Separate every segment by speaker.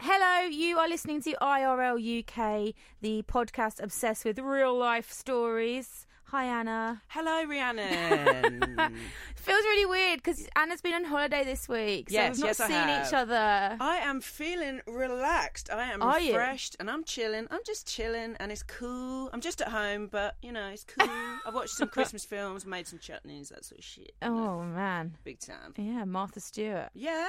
Speaker 1: Hello, you are listening to IRL UK, the podcast obsessed with real life stories. Hi, Anna.
Speaker 2: Hello, Rhiannon.
Speaker 1: Feels really weird because Anna's been on holiday this week, so
Speaker 2: Yes,
Speaker 1: we've not
Speaker 2: yes, I
Speaker 1: seen
Speaker 2: have.
Speaker 1: each other.
Speaker 2: I am feeling relaxed. I am
Speaker 1: Are you?
Speaker 2: refreshed and I'm chilling. I'm just chilling and it's cool. I'm just at home, but you know, it's cool. I watched some Christmas films, made some chutneys, that sort of shit. you know,
Speaker 1: Oh man,
Speaker 2: Big time.
Speaker 1: yeah, Martha Stewart.
Speaker 2: Yeah.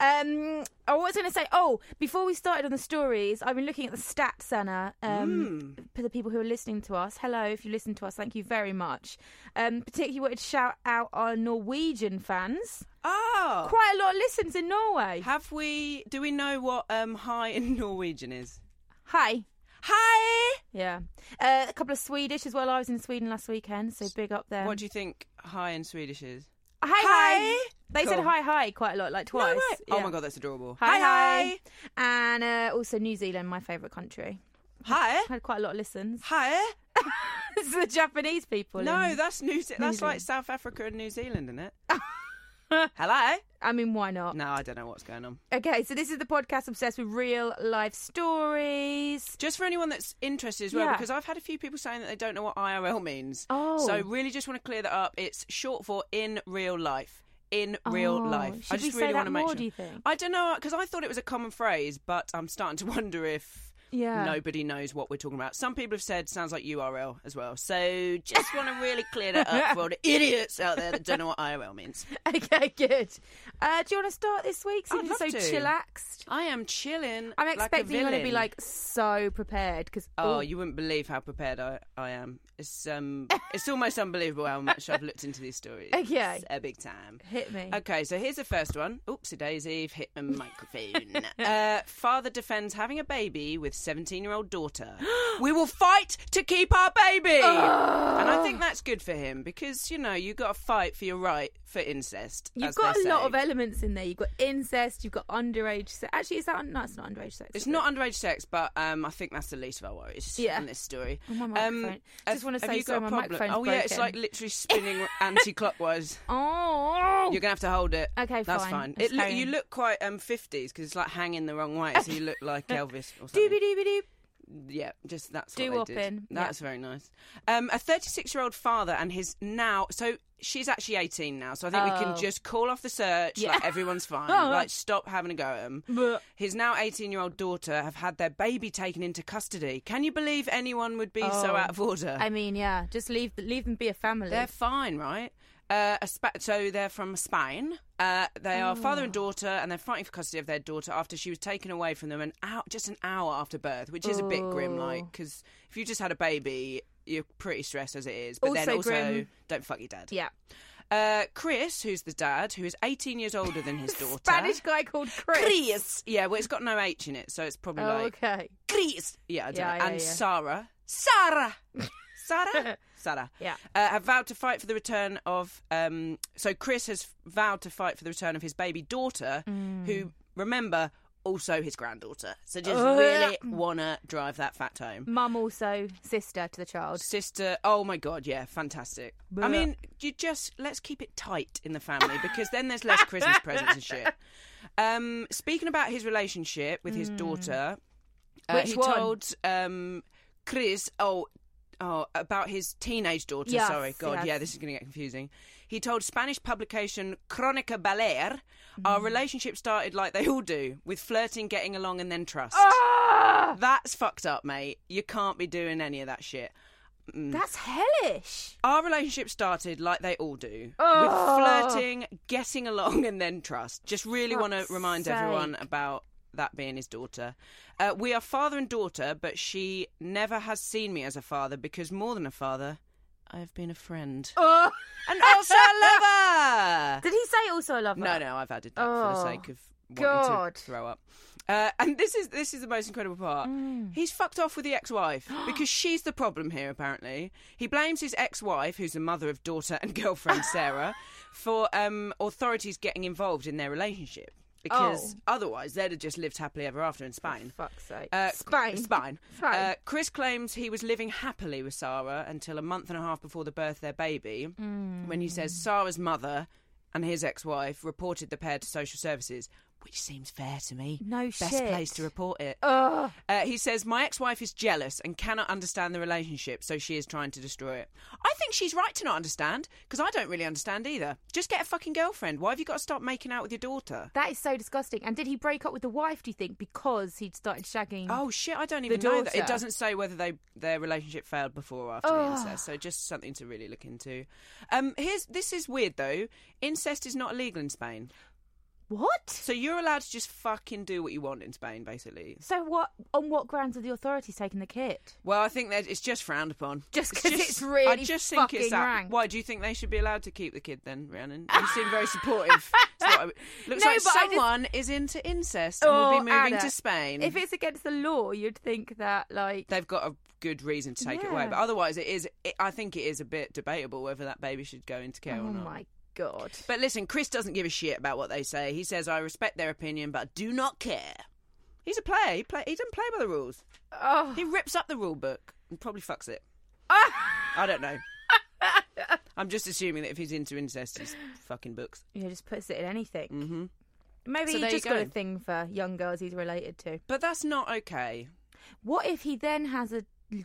Speaker 1: Um, I was going to say, oh, before we started on the stories, I've been looking at the stats, Anna. Um,
Speaker 2: Mm.
Speaker 1: For the people who are listening to us, hello, if you listen to us, thank you very much. Um, particularly wanted to shout out our Norwegian fans.
Speaker 2: Oh.
Speaker 1: Quite a lot of listens in Norway.
Speaker 2: Have we do we know what um hi in Norwegian is?
Speaker 1: Hi.
Speaker 2: Hi.
Speaker 1: Yeah. Uh, a couple of Swedish as well. I was in Sweden last weekend, so big up there.
Speaker 2: what do you think hi in Swedish is?
Speaker 1: Hi, hi.
Speaker 2: Hi.
Speaker 1: They said
Speaker 2: Cool.
Speaker 1: hi, hi quite a lot, like twice.
Speaker 2: No way. Oh
Speaker 1: Yeah.
Speaker 2: my god, that's adorable.
Speaker 1: Hi, hi.
Speaker 2: hi.
Speaker 1: And uh, also New Zealand, my favourite country.
Speaker 2: Hi.
Speaker 1: Had quite a lot of listens.
Speaker 2: Hi.
Speaker 1: It's the Japanese people.
Speaker 2: No,
Speaker 1: in-
Speaker 2: that's New, Ze-
Speaker 1: New
Speaker 2: that's like
Speaker 1: Zealand.
Speaker 2: South Africa and New Zealand, isn't it? Hello.
Speaker 1: I mean, why not?
Speaker 2: No, I don't know what's going on.
Speaker 1: Okay, so this is the podcast obsessed with real life stories.
Speaker 2: Just for anyone that's interested as well,
Speaker 1: Yeah.
Speaker 2: because I've had a few people saying that they don't know what IRL means.
Speaker 1: Oh.
Speaker 2: So really just want to clear that up. It's short for in real life. In real
Speaker 1: Oh,
Speaker 2: life.
Speaker 1: should
Speaker 2: I
Speaker 1: we
Speaker 2: just
Speaker 1: say
Speaker 2: really
Speaker 1: that
Speaker 2: want to make
Speaker 1: more,
Speaker 2: sure.
Speaker 1: do you think?
Speaker 2: I don't know, because I thought it was a common phrase, but I'm starting to wonder if
Speaker 1: Yeah.
Speaker 2: nobody knows what we're talking about. Some people have said sounds like URL as well. So just want to really clear that up for all the idiots out there that don't know what IRL means.
Speaker 1: Okay, good. Uh, do you want to start this week?
Speaker 2: I'd
Speaker 1: Since you're so
Speaker 2: love to.
Speaker 1: chillaxed.
Speaker 2: I am chilling.
Speaker 1: I'm
Speaker 2: like a
Speaker 1: expecting you to be
Speaker 2: villain.
Speaker 1: like so prepared because
Speaker 2: Oh, you wouldn't believe how prepared I, I am. It's um, it's almost unbelievable how much I've looked into these stories.
Speaker 1: Okay.
Speaker 2: a big time.
Speaker 1: hit me.
Speaker 2: Okay, so here's the first one. Oopsie daisy, I've hit my microphone. uh, father defends having a baby with 17 year old daughter. we will fight to keep our baby! and I think that's good for him because, you know, you got to fight for your right for incest.
Speaker 1: You've
Speaker 2: as they
Speaker 1: got a lot
Speaker 2: say.
Speaker 1: of elements in there. You've got incest. You've got underage sex. Actually, is that un- no? It's not underage sex.
Speaker 2: It's
Speaker 1: is it?
Speaker 2: not underage sex, but um, I think that's the least of our worries
Speaker 1: Yeah.
Speaker 2: in this story. Um,
Speaker 1: Oh, my microphone. Just
Speaker 2: have-
Speaker 1: wanna
Speaker 2: have
Speaker 1: say
Speaker 2: you got
Speaker 1: sorry,
Speaker 2: a
Speaker 1: my
Speaker 2: problem?
Speaker 1: microphone's
Speaker 2: Oh yeah, it's like
Speaker 1: broken.
Speaker 2: literally spinning anti-clockwise.
Speaker 1: Oh,
Speaker 2: You're gonna have to hold it.
Speaker 1: Okay,
Speaker 2: that's
Speaker 1: fine.
Speaker 2: fine.
Speaker 1: Let's
Speaker 2: It look,
Speaker 1: carry
Speaker 2: you
Speaker 1: on.
Speaker 2: look quite um 50s because it's like hanging the wrong way, so you look like Elvis or something.
Speaker 1: doobie doobie doop.
Speaker 2: Yeah, just that's what they
Speaker 1: Doo-wopping,
Speaker 2: did.
Speaker 1: yeah.
Speaker 2: That's very nice. Um, a 36 year old father and his now so she's actually 18 now, so I think we
Speaker 1: Oh.
Speaker 2: can just call off the search.
Speaker 1: Yeah.
Speaker 2: Like everyone's fine.
Speaker 1: Oh.
Speaker 2: Like stop having a go at him. His now 18 year old daughter have had their baby taken into custody. Can you believe anyone would be so
Speaker 1: Oh.
Speaker 2: out of order?
Speaker 1: I mean, yeah, just leave leave them be a family.
Speaker 2: Uh. They're fine, right? Uh, a spa- so they're from Spain. Uh, they are father
Speaker 1: Oh.
Speaker 2: and daughter, and they're fighting for custody of their daughter after she was taken away from them an hour, just an hour after birth, which is a bit grim,
Speaker 1: Oh.
Speaker 2: like because if you just had a baby, you're pretty stressed as it is. But then
Speaker 1: Also
Speaker 2: also,
Speaker 1: grim.
Speaker 2: don't fuck your dad.
Speaker 1: yeah.
Speaker 2: Uh, Chris, who's the dad, who is 18 years older than his daughter.
Speaker 1: Spanish guy called Chris.
Speaker 2: Chris. Yeah, well, it's got no H in it, so it's probably
Speaker 1: Oh,
Speaker 2: like
Speaker 1: okay.
Speaker 2: Chris. Yeah, I don't
Speaker 1: Yeah,
Speaker 2: know.
Speaker 1: yeah,
Speaker 2: and
Speaker 1: yeah.
Speaker 2: Sarah. Sarah. Sarah. Sarah.
Speaker 1: Yeah.
Speaker 2: Uh, have vowed to fight for the return of. Um, so Chris has vowed to fight for the return of his baby daughter,
Speaker 1: Mm.
Speaker 2: who remember also his granddaughter. So just
Speaker 1: Oh,
Speaker 2: really wanna drive that fact home.
Speaker 1: Mum also sister to the child.
Speaker 2: Sister, oh my god, yeah, fantastic. I mean, you just let's keep it tight in the family because then there's less Christmas presents and shit. Um, speaking about his relationship with his daughter, uh,
Speaker 1: Hmm. Which
Speaker 2: he
Speaker 1: one?
Speaker 2: told um, Chris, oh, oh, about his teenage daughter.
Speaker 1: Yes,
Speaker 2: sorry, God,
Speaker 1: yes.
Speaker 2: yeah, this is going to get confusing. He told Spanish publication Crónica Baler, our
Speaker 1: Hmm.
Speaker 2: relationship started like they all do, with flirting, getting along, and then trust.
Speaker 1: Ah!
Speaker 2: That's fucked up, mate. You can't be doing any of that shit. Mm.
Speaker 1: That's hellish.
Speaker 2: Our relationship started like they all do,
Speaker 1: Oh.
Speaker 2: with flirting, getting along, and then trust. Just really want to
Speaker 1: Fuck's
Speaker 2: remind
Speaker 1: sake.
Speaker 2: everyone about that being his daughter. Uh, we are father and daughter, but she never has seen me as a father because more than a father, I have been a friend.
Speaker 1: Oh.
Speaker 2: And also a lover!
Speaker 1: Did he say also I love her?
Speaker 2: No, no, I've added that for the
Speaker 1: Oh,
Speaker 2: sake of wanting
Speaker 1: God.
Speaker 2: to throw up. Uh, and this is this is the most incredible part.
Speaker 1: Mm.
Speaker 2: He's fucked off with the ex-wife because she's the problem here. Apparently, he blames his ex-wife, who's the mother of daughter and girlfriend Sarah, for um, authorities getting involved in their relationship because
Speaker 1: Oh.
Speaker 2: otherwise they'd have just lived happily ever after in Spain.
Speaker 1: Fuck's sake.
Speaker 2: Uh,
Speaker 1: Spain.
Speaker 2: Spine.
Speaker 1: Spain.
Speaker 2: Uh, Chris claims he was living happily with Sarah until a month and a half before the birth of their baby, when he says Sarah's mother and his ex wife reported the pair to social services, which seems fair to me.
Speaker 1: No
Speaker 2: Best
Speaker 1: shit. Oh.
Speaker 2: place to report it.
Speaker 1: Ugh.
Speaker 2: Uh, he says, My ex wife is jealous and cannot understand the relationship, so she is trying to destroy it. I think she's right to not understand, because I don't really understand either. Just get a fucking girlfriend. Why have you got to start making out with your daughter?
Speaker 1: That is so disgusting. And did he break up with the wife, do you think, because he'd started shagging?
Speaker 2: Oh shit! I don't even
Speaker 1: the
Speaker 2: know that. It
Speaker 1: daughter. Ah.
Speaker 2: doesn't say whether they their relationship failed before or after the incest. So just something to really look into. Um, here's this is weird though. Incest is not illegal in Spain,
Speaker 1: What?
Speaker 2: so you're allowed to just fucking do what you want in Spain, basically.
Speaker 1: So what? On what grounds are the authorities taking the kit?
Speaker 2: Well, I think that it's just frowned upon.
Speaker 1: Just 'cause
Speaker 2: just-
Speaker 1: it's really
Speaker 2: I just think it's
Speaker 1: fucking
Speaker 2: that-
Speaker 1: rank.
Speaker 2: Why do you think they should be allowed to keep the kid then, Rhiannon? You seem very supportive. It's not- looks
Speaker 1: No,
Speaker 2: like
Speaker 1: but I just-
Speaker 2: someone is into incest and will be moving
Speaker 1: Anna,
Speaker 2: to Spain.
Speaker 1: Oh, If it's against the law, you'd think that like
Speaker 2: they've got a good reason to take it away.
Speaker 1: Yeah.
Speaker 2: But otherwise, it is. It, I think it is a bit debatable whether that baby should go into care
Speaker 1: oh
Speaker 2: or not.
Speaker 1: my god.
Speaker 2: But listen, Chris doesn't give a shit about what they say. He says, "I respect their opinion, but do not care." He's a player. He, play, he doesn't play by the rules.
Speaker 1: Oh.
Speaker 2: He rips up the rule book and probably fucks it. I don't know. I'm just assuming that if he's into incest, he's fucking books.
Speaker 1: You know, just puts it in anything. Mm-hmm. Maybe
Speaker 2: So
Speaker 1: he
Speaker 2: there you
Speaker 1: just got a
Speaker 2: go.
Speaker 1: thing for young girls he's related to.
Speaker 2: But that's not okay.
Speaker 1: What if he then has a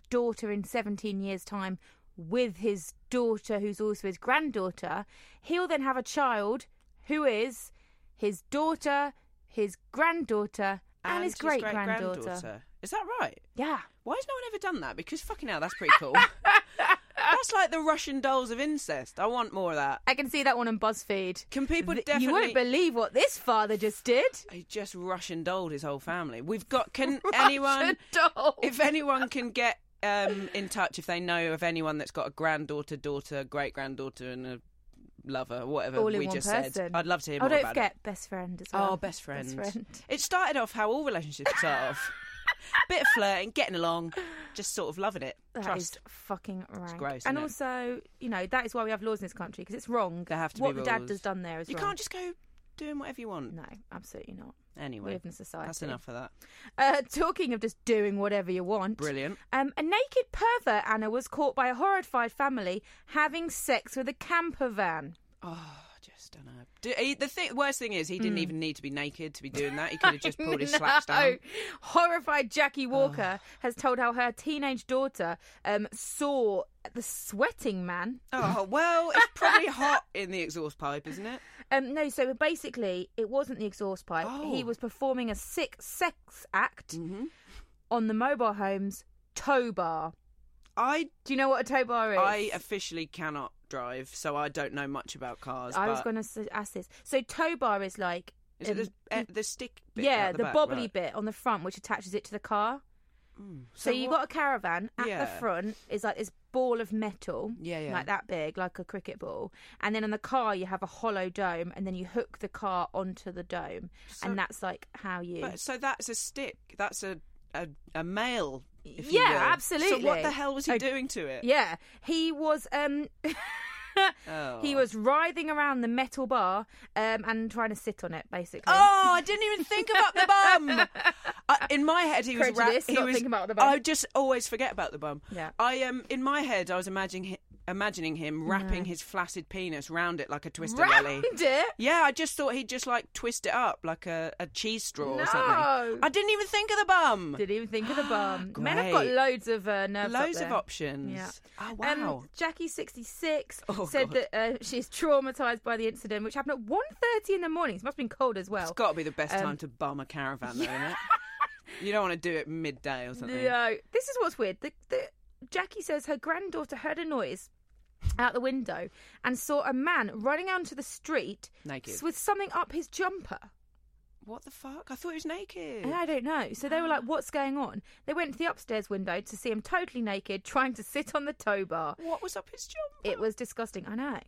Speaker 1: daughter in 17 years' time with his daughter, who's also his granddaughter? He'll then have a child who is his daughter, his granddaughter, and, his great granddaughter.
Speaker 2: great-granddaughter. Is that right?
Speaker 1: Yeah.
Speaker 2: Why has no one ever done that? Because fucking hell, that's pretty cool. that's like the Russian dolls of incest. I want more of that.
Speaker 1: I can see that one on BuzzFeed.
Speaker 2: Can people
Speaker 1: Th-
Speaker 2: definitely?
Speaker 1: You wouldn't believe what this father just did.
Speaker 2: He just Russian dolled his whole family. We've got. Can anyone?
Speaker 1: Doll.
Speaker 2: If anyone can get um, in touch, if they know of anyone that's got a granddaughter, daughter, great granddaughter, and a lover, whatever
Speaker 1: All in
Speaker 2: we
Speaker 1: one
Speaker 2: just
Speaker 1: person.
Speaker 2: said, I'd love to hear
Speaker 1: Oh,
Speaker 2: more
Speaker 1: don't
Speaker 2: about
Speaker 1: forget
Speaker 2: it.
Speaker 1: best friend as well.
Speaker 2: Oh, best friend.
Speaker 1: Best friend.
Speaker 2: It started off how all relationships start off. Bit of flirting, getting along, just sort of loving it.
Speaker 1: That is
Speaker 2: Trust.
Speaker 1: fucking rank.
Speaker 2: gross,
Speaker 1: and
Speaker 2: isn't it?
Speaker 1: also, you know, that is why we have laws in this country because it's wrong.
Speaker 2: There have to
Speaker 1: what
Speaker 2: be
Speaker 1: the dad
Speaker 2: rules.
Speaker 1: has done there is
Speaker 2: You
Speaker 1: wrong.
Speaker 2: can't just go doing whatever you want.
Speaker 1: No, absolutely not.
Speaker 2: Anyway,
Speaker 1: We live in a society.
Speaker 2: That's enough of that.
Speaker 1: Uh, talking of just doing whatever you want.
Speaker 2: Brilliant.
Speaker 1: Um, a naked pervert Anna was caught by a horrified family having sex with a camper van.
Speaker 2: Oh, just don't know. Do, he, the thing, worst thing is, he didn't even need to be naked to be doing that. He could have just pulled his slacks down.
Speaker 1: Horrified Jackie Walker has told how her teenage daughter um, saw the sweating man.
Speaker 2: Oh well, it's probably hot in the exhaust pipe, isn't it?
Speaker 1: Um, no, so basically, it wasn't the exhaust pipe. He
Speaker 2: Oh. Mm-hmm.
Speaker 1: was performing a sick sex act on the mobile home's tow bar.
Speaker 2: I
Speaker 1: Do you know what a tow bar is?
Speaker 2: I officially cannot drive, so I don't know much about cars.
Speaker 1: I was
Speaker 2: but-
Speaker 1: going to ask this. So tow bar is like
Speaker 2: Is it
Speaker 1: um,
Speaker 2: the, eh, the stick? Bit
Speaker 1: yeah,
Speaker 2: out
Speaker 1: the,
Speaker 2: the, back,
Speaker 1: bobbly
Speaker 2: right. Mm.
Speaker 1: bit on the front which attaches it to the car. So, you
Speaker 2: what-
Speaker 1: got a caravan at the
Speaker 2: Yeah.
Speaker 1: front is like this ball of metal,
Speaker 2: Yeah, yeah.
Speaker 1: like that big, like a cricket ball, and then on the car you have a hollow dome, and then you hook the car onto the dome,
Speaker 2: So-
Speaker 1: and that's like how you.
Speaker 2: But, so that's a stick. That's a a, a male. If you
Speaker 1: Yeah,
Speaker 2: will. So what
Speaker 1: absolutely.
Speaker 2: the hell was he
Speaker 1: A-
Speaker 2: doing to it?
Speaker 1: Yeah, he was um
Speaker 2: Oh.
Speaker 1: he was writhing around the metal bar um and trying to sit on it basically.
Speaker 2: Oh, I didn't even think about the bum. I, in my head, he was ra-
Speaker 1: Prejudice,
Speaker 2: he
Speaker 1: not
Speaker 2: was,
Speaker 1: thinking about the bum.
Speaker 2: I just always forget about the bum.
Speaker 1: Yeah.
Speaker 2: I um in my head, I was imagining hi- imagining him wrapping his flaccid penis round it like a twister lily.
Speaker 1: Round it.
Speaker 2: Yeah, I just thought he'd just like twist it up like a, a cheese straw or
Speaker 1: No.
Speaker 2: something. I didn't even think of the bum.
Speaker 1: Didn't even think of the bum. Men have got
Speaker 2: Great.
Speaker 1: loads of uh, nerves. up
Speaker 2: Loads of
Speaker 1: there.
Speaker 2: options.
Speaker 1: Yeah.
Speaker 2: Oh
Speaker 1: Um,
Speaker 2: wow.
Speaker 1: Jackie, sixty-six,
Speaker 2: Oh,
Speaker 1: said
Speaker 2: God.
Speaker 1: that uh, she's traumatized by the incident, which happened at 1.30 in the morning. It must have been cold as well.
Speaker 2: it's got to be the best
Speaker 1: um,
Speaker 2: time to bum a caravan, though, isn't it? You don't want to do it midday or something.
Speaker 1: No, this is what's weird. The, the, Jackie says her granddaughter heard a noise out the window and saw a man running onto the street
Speaker 2: Naked.
Speaker 1: with something up his jumper.
Speaker 2: what the fuck? I thought he was naked.
Speaker 1: And I don't know. So they were like, what's going on? They went to the upstairs window to see him totally naked, trying to sit on the tow bar.
Speaker 2: What was up his jumper?
Speaker 1: It was disgusting. I know.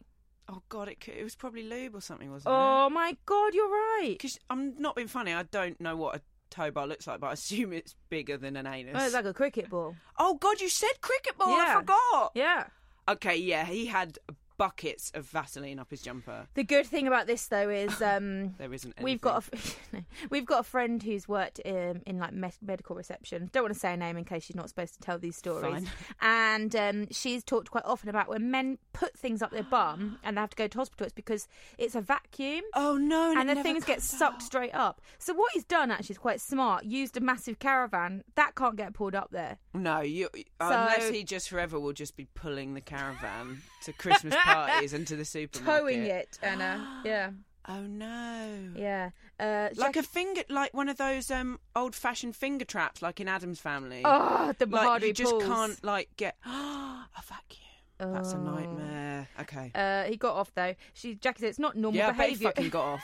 Speaker 2: Oh god, it, could, it was probably lube or something, wasn't it?
Speaker 1: Oh my God, you're right.
Speaker 2: Because I'm not being funny. I don't know what a toe bar looks like, but I assume it's bigger than an anus.
Speaker 1: Oh, it's like a cricket ball.
Speaker 2: oh god, you said cricket ball.
Speaker 1: Yeah.
Speaker 2: I forgot.
Speaker 1: Yeah.
Speaker 2: Okay, yeah, he had buckets of Vaseline up his jumper.
Speaker 1: The good thing about this though is um,
Speaker 2: There isn't. Anything.
Speaker 1: we've got a f- no. we've got a friend who's worked in, in like med- medical reception. Don't want to say her name in case she's not supposed to tell these stories.
Speaker 2: Fine.
Speaker 1: And um, she's talked quite often about when men put things up their bum and they have to go to hospital. It's because it's a vacuum.
Speaker 2: Oh no!
Speaker 1: and
Speaker 2: it
Speaker 1: the
Speaker 2: never
Speaker 1: things get
Speaker 2: comes
Speaker 1: sucked
Speaker 2: out.
Speaker 1: straight up. So what he's done actually is quite smart. Used a massive caravan that can't get pulled up there.
Speaker 2: No, you unless he just forever will just be pulling the caravan to Christmas parties and to the supermarket,
Speaker 1: Towing it, Anna. yeah,
Speaker 2: Oh no!
Speaker 1: yeah. Uh,
Speaker 2: Like
Speaker 1: Jack-
Speaker 2: a finger, like one of those um old-fashioned finger traps, like in Adam's Family.
Speaker 1: oh, the
Speaker 2: like
Speaker 1: Bacardi
Speaker 2: you just
Speaker 1: pools. Oh.
Speaker 2: can't like get a vacuum. That's a nightmare. Okay.
Speaker 1: Uh, he got off though. She Jackie said it's not normal
Speaker 2: yeah, but he
Speaker 1: behaviour.
Speaker 2: fucking got off.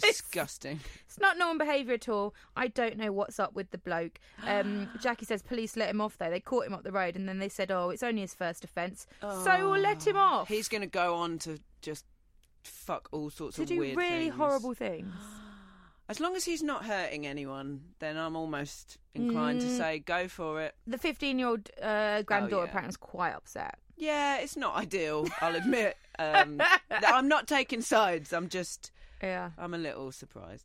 Speaker 2: Disgusting.
Speaker 1: it's not normal behaviour at all. I don't know what's up with the bloke. Um, Jackie says police let him off though. They caught him up the road and then they said, "Oh, it's only his first offence, so we'll let him off."
Speaker 2: Oh, He's going to go on to just fuck all sorts
Speaker 1: to
Speaker 2: of
Speaker 1: do
Speaker 2: weird
Speaker 1: really
Speaker 2: things.
Speaker 1: horrible things.
Speaker 2: As long as he's not hurting anyone, then I'm almost inclined
Speaker 1: Mm.
Speaker 2: to say go for it.
Speaker 1: The fifteen-year-old uh, granddaughter
Speaker 2: yeah.
Speaker 1: apparently was quite upset.
Speaker 2: Yeah, it's not ideal. I'll admit. Um, th- I'm not taking sides. I'm just.
Speaker 1: Yeah.
Speaker 2: I'm a little surprised.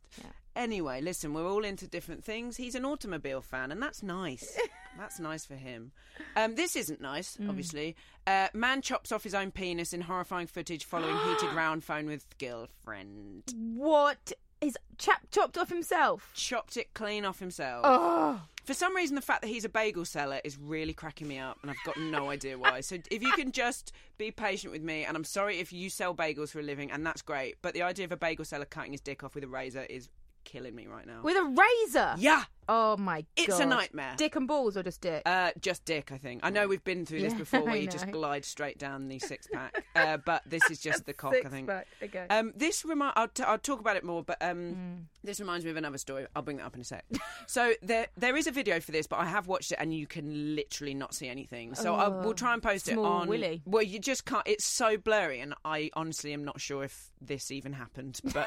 Speaker 2: Anyway, listen, we're all into different things. He's an automobile fan, and that's nice. that's nice for him. Um, this isn't nice, obviously. Uh, man chops off his own penis in horrifying footage following heated round phone with girlfriend.
Speaker 1: What is chap chopped off himself?
Speaker 2: Chopped it clean off himself.
Speaker 1: Oh,
Speaker 2: For some reason, the fact that he's a bagel seller is really cracking me up, and I've got no idea why. So, if you can just be patient with me, and I'm sorry if you sell bagels for a living, and that's great, but the idea of a bagel seller cutting his dick off with a razor is killing me right now.
Speaker 1: with a razor.
Speaker 2: yeah,
Speaker 1: Oh my god.
Speaker 2: It's a nightmare.
Speaker 1: Dick and balls or just dick?
Speaker 2: Uh, just dick, I think. I know we've been through this
Speaker 1: Yeah,
Speaker 2: before, where
Speaker 1: I
Speaker 2: you just
Speaker 1: know.
Speaker 2: glide straight down the six pack. uh, but this is just the cock, I think.
Speaker 1: Six-pack, okay.
Speaker 2: Um, this remind I'll, t- I'll talk about it more, but um,
Speaker 1: Mm.
Speaker 2: this reminds me of another story. I'll bring that up in a sec. so there, there is a video for this, but I have watched it, and you can literally not see anything. So I will try and post it
Speaker 1: Oh, Small
Speaker 2: on.
Speaker 1: willy.
Speaker 2: Well, you just can't. It's so blurry, and I honestly am not sure if this even happened, but.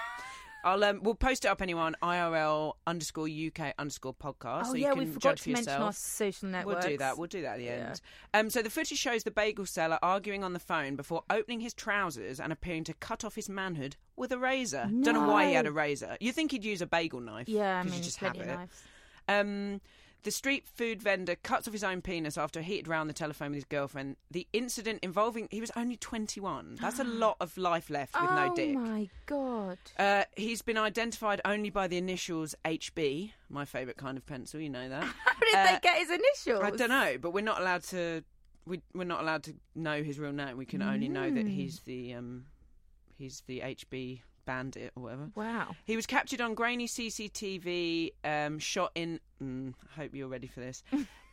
Speaker 2: I'll, um, we'll post it up anyway on IRL underscore UK underscore podcast.
Speaker 1: oh
Speaker 2: so
Speaker 1: yeah,
Speaker 2: you can
Speaker 1: we forgot to
Speaker 2: judge for
Speaker 1: mention our
Speaker 2: yourself.
Speaker 1: social networks.
Speaker 2: We'll do that. We'll do that at the end. Um, so the footage shows the bagel seller arguing on the phone before opening his trousers and appearing to cut off his manhood with a razor. Don't know why he had a razor. You think he'd use a bagel knife?
Speaker 1: yeah, I
Speaker 2: 'cause
Speaker 1: mean,
Speaker 2: you just have
Speaker 1: plenty
Speaker 2: it.
Speaker 1: of knives.
Speaker 2: Um, the street food vendor cuts off his own penis after a heated round the telephone with his girlfriend. The incident involving he was only twenty one. That's a lot of life left with
Speaker 1: oh
Speaker 2: no dick.
Speaker 1: my god.
Speaker 2: Uh, he's been identified only by the initials HB, my favourite kind of pencil. You know that.
Speaker 1: How did
Speaker 2: Uh,
Speaker 1: they get his initials?
Speaker 2: I don't know, but we're not allowed to. We, we're not allowed to know his real name. We can only know that
Speaker 1: Mm.
Speaker 2: he's the um, he's the HB bandit or whatever.
Speaker 1: Wow.
Speaker 2: He was captured on grainy CCTV, um, shot in. Mm, I hope you're ready for this.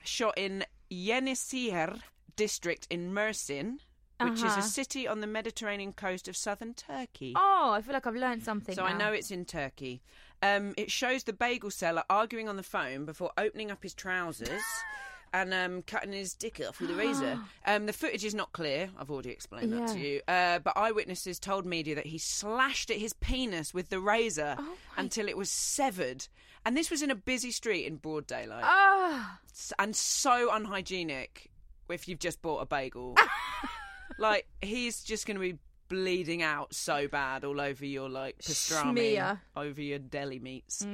Speaker 2: shot in Yeniseyr district in Mersin, which is
Speaker 1: Uh-huh.
Speaker 2: a city on the Mediterranean coast of southern Turkey.
Speaker 1: Oh, I feel like I've learned something.
Speaker 2: So I
Speaker 1: now.
Speaker 2: know it's in Turkey. Um, it shows the bagel seller arguing on the phone before opening up his trousers and um, cutting his dick off with a razor. Um, the footage is not clear. I've already explained that to
Speaker 1: Yeah.
Speaker 2: you. Uh, but eyewitnesses told media that he slashed at his penis with the
Speaker 1: Oh
Speaker 2: razor until it was severed. And this was in a busy street in broad daylight
Speaker 1: Ah,
Speaker 2: s- and so unhygienic if you've just bought a bagel. like he's just going to be bleeding out so bad all over your like pastrami,
Speaker 1: Smear.
Speaker 2: over your deli meats.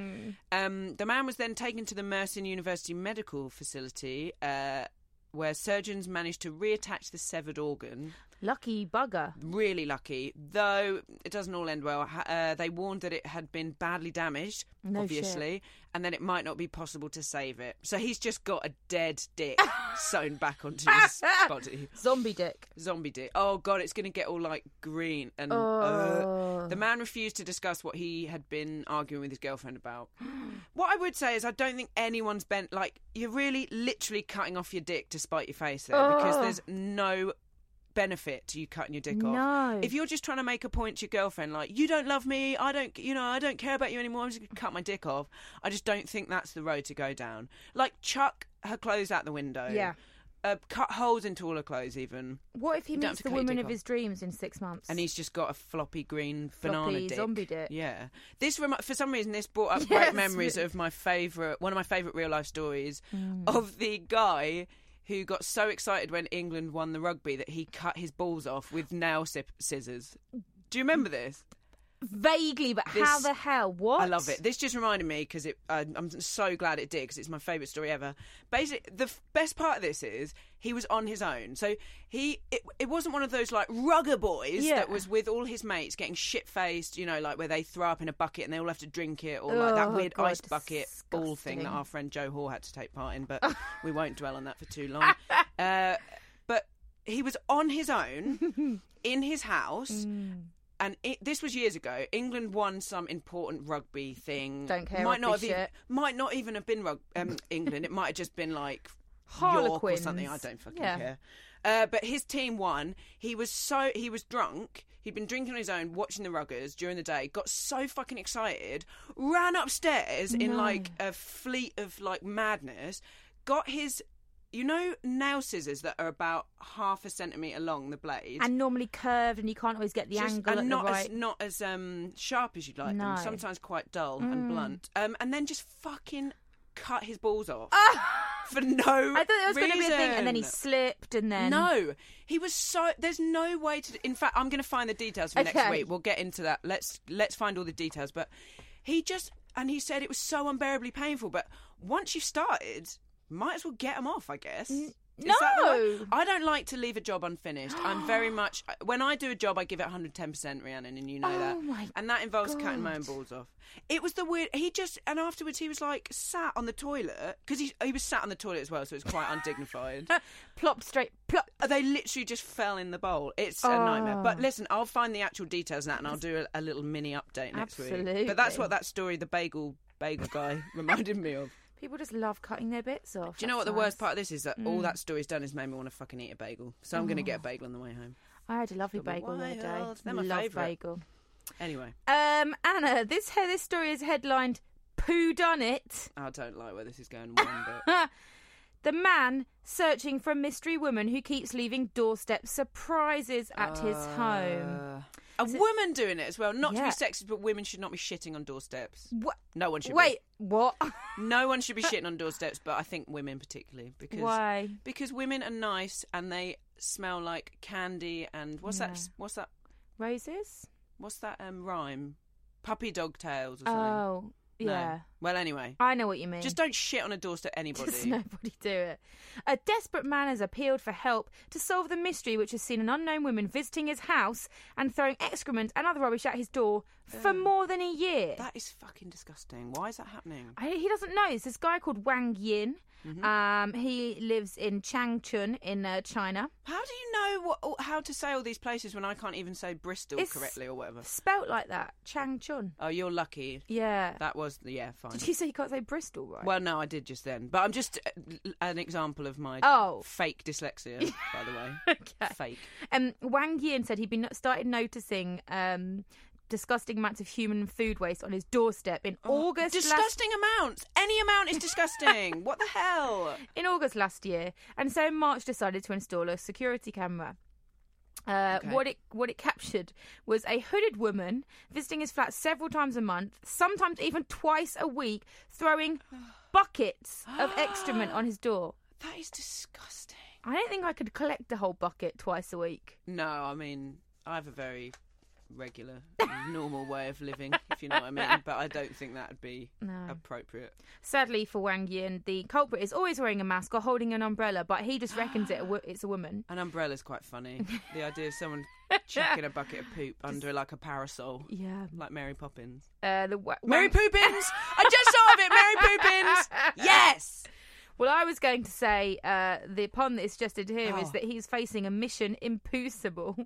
Speaker 2: Um, the man was then taken to the Mersin University Medical Facility. Uh, where surgeons managed to reattach the severed organ.
Speaker 1: lucky bugger.
Speaker 2: Really lucky, though it doesn't all end well. Ha- Uh, they warned that it had been badly damaged,
Speaker 1: No shit.
Speaker 2: obviously, and then it might not be possible to save it. So he's just got a dead dick sewn back onto his body.
Speaker 1: Zombie dick.
Speaker 2: Zombie dick. Oh god, it's going to get all like green and. uh.
Speaker 1: Oh.
Speaker 2: The man refused to discuss what he had been arguing with his girlfriend about. what I would say is, I don't think anyone's bent like you're really literally cutting off your dick to spite your face there because
Speaker 1: Oh.
Speaker 2: there's no benefit to you cutting your dick
Speaker 1: No.
Speaker 2: off. If you're just trying to make a point to your girlfriend, like you don't love me, I don't, you know, I don't care about you anymore. I'm just gonna cut my dick off. I just don't think that's the road to go down. Like chuck her clothes out the window.
Speaker 1: Yeah.
Speaker 2: Uh, cut holes into all her clothes, even,
Speaker 1: What if he
Speaker 2: You don't
Speaker 1: meets
Speaker 2: have to
Speaker 1: the
Speaker 2: cut your
Speaker 1: woman
Speaker 2: dick
Speaker 1: of
Speaker 2: off.
Speaker 1: his dreams in six months?
Speaker 2: and he's just got a floppy green banana
Speaker 1: Floppy
Speaker 2: dick.
Speaker 1: zombie dick.
Speaker 2: Yeah, this remi- for some reason this brought up
Speaker 1: Yes.
Speaker 2: great memories of my favorite, one of my favorite real life stories
Speaker 1: Hmm.
Speaker 2: of the guy who got so excited when England won the rugby that he cut his balls off with nail sip- scissors. Do you remember this?
Speaker 1: Vaguely, but how
Speaker 2: This-
Speaker 1: the hell? What?
Speaker 2: I love it. This just reminded me because it. I, I'm so glad it did because it's my favourite story ever. Basically, the f- best part of this is he was on his own, so he it, it wasn't one of those like rugger boys
Speaker 1: Yeah.
Speaker 2: that was with all his mates getting shit faced, you know, like where they throw up in a bucket and they all have to drink it, or like that
Speaker 1: Oh,
Speaker 2: weird
Speaker 1: God,
Speaker 2: ice bucket ball thing that
Speaker 1: disgusting.
Speaker 2: our friend Joe Hall had to take part in. But we won't dwell on that for too long. Uh, but he was on his own in his house
Speaker 1: Mm.
Speaker 2: and it, this was years ago. England won some important rugby thing.
Speaker 1: Don't care,
Speaker 2: Might not have
Speaker 1: rugby
Speaker 2: even,
Speaker 1: shit.
Speaker 2: might not even have been rug, um, England. It might have just been like York or
Speaker 1: Harlequins.
Speaker 2: something. I don't fucking
Speaker 1: Yeah.
Speaker 2: care. Uh, but his team won. He was so he was drunk. He'd been drinking on his own, watching the ruggers during the day. Got so fucking excited, ran upstairs in like a fleet of like madness. Got his, you know, nail scissors that are about half a centimetre long. The blade
Speaker 1: And normally curved, and you can't always get the
Speaker 2: just-
Speaker 1: angle
Speaker 2: and
Speaker 1: at
Speaker 2: not
Speaker 1: the right.
Speaker 2: as not as um, sharp as you'd like them.
Speaker 1: No. Mm.
Speaker 2: Sometimes quite dull and blunt. Um, and then just fucking cut his balls off for no.
Speaker 1: Ah! I thought there was going to be a thing, and then he
Speaker 2: reason.
Speaker 1: slipped, and then
Speaker 2: No, he was so. There's no way to. In fact, I'm going to find the details for next
Speaker 1: Okay.
Speaker 2: week. We'll get into that. Let's let's find all the details. But he just and he said it was so unbearably painful. But once you've started, might as well get them off. I guess. Is that the way-
Speaker 1: no.
Speaker 2: I don't like to leave a job unfinished. I'm very much when I do a job, I give it 110, percent Rhiannon, and you know
Speaker 1: Oh
Speaker 2: that.
Speaker 1: my
Speaker 2: and that involves cutting my own
Speaker 1: God.
Speaker 2: balls off. It was the weird. He just and afterwards he was like sat on the toilet because he he was sat on the toilet as well, so it's quite undignified.
Speaker 1: plopped straight. Plop.
Speaker 2: They literally just fell in the bowl. It's a nightmare.
Speaker 1: Oh.
Speaker 2: But listen, I'll find the actual details of that and I'll do a, a little mini update next week. But that's
Speaker 1: Absolutely.
Speaker 2: what that story, the bagel bagel guy, reminded me of.
Speaker 1: People just love cutting their bits off.
Speaker 2: Do you know what
Speaker 1: That's
Speaker 2: the worst
Speaker 1: nice. Mm.
Speaker 2: part of this is? That all that story's done is made me want to fucking eat a bagel. So I'm going to get a
Speaker 1: Oh.
Speaker 2: bagel on the way home.
Speaker 1: I had a lovely
Speaker 2: Got me
Speaker 1: bagel the other day.
Speaker 2: wild. They're my
Speaker 1: Love
Speaker 2: favourite.
Speaker 1: bagel.
Speaker 2: Anyway,
Speaker 1: Um, Anna, this he- this story is headlined "Pooh Done It."
Speaker 2: I don't like where this is going one bit.
Speaker 1: The man searching for a mystery woman who keeps leaving doorstep surprises at his home.
Speaker 2: Uh, a woman doing it as well. Not
Speaker 1: Yeah.
Speaker 2: to be sexist, but women should not be shitting on doorsteps.
Speaker 1: What?
Speaker 2: No one should be.
Speaker 1: Wait, what?
Speaker 2: No one should be shitting on doorsteps, but I think women particularly because
Speaker 1: Why?
Speaker 2: Because women are nice and they smell like candy and what's that? What's that?
Speaker 1: Roses?
Speaker 2: What's that um, rhyme? Puppy dog tails or something.
Speaker 1: Oh,
Speaker 2: No.
Speaker 1: yeah.
Speaker 2: Well, anyway,
Speaker 1: I know what you mean.
Speaker 2: just don't shit on a doorstep anybody.
Speaker 1: Just nobody do it. A desperate man has appealed for help to solve the mystery which has seen an unknown woman visiting his house and throwing excrement and other rubbish at his door for more than a year.
Speaker 2: That is fucking disgusting. Why is that happening?
Speaker 1: I, he doesn't know. It's this guy called Wang Yin.
Speaker 2: Mm-hmm.
Speaker 1: Um, he lives in Changchun in uh, China.
Speaker 2: How do you know what, all- how to say all these places when I can't even say Bristol
Speaker 1: It's
Speaker 2: correctly or whatever?
Speaker 1: Spelt like that, Changchun.
Speaker 2: Oh, you're lucky.
Speaker 1: Yeah.
Speaker 2: That was yeah, fine.
Speaker 1: Did you say you can't say Bristol right?
Speaker 2: Well, no, I did just then, but I'm just uh, l- an example of my
Speaker 1: Oh.
Speaker 2: fake dyslexia, by the way. okay. Fake.
Speaker 1: Um, Wang Yin said he'd been started noticing um, disgusting amounts of human food waste on his doorstep in August. last-
Speaker 2: Oh, Disgusting amounts. Any amount is disgusting. what the hell?
Speaker 1: in August last year, and so in March decided to install a security camera. Uh,
Speaker 2: Okay.
Speaker 1: What it what it captured was a hooded woman visiting his flat several times a month, sometimes even twice a week, throwing buckets of excrement on his door.
Speaker 2: That is disgusting.
Speaker 1: I don't think I could collect a whole bucket twice a week.
Speaker 2: No, I mean, I have a very regular, normal way of living, if you know what I mean, but I don't think that would be appropriate.
Speaker 1: Sadly for Wang Yin, the culprit is always wearing a mask or holding an umbrella, but he just reckons it a wo- it's a woman.
Speaker 2: An umbrella's quite funny. the idea of someone chucking a bucket of poop under like a parasol.
Speaker 1: Yeah.
Speaker 2: Like Mary Poppins.
Speaker 1: Uh, the Wa-
Speaker 2: Mary
Speaker 1: Wang-
Speaker 2: Poopins! I just saw of it, Mary Poopins! Yes!
Speaker 1: Well, I was going to say uh, the pun that's just in here is that he's facing a mission impossible.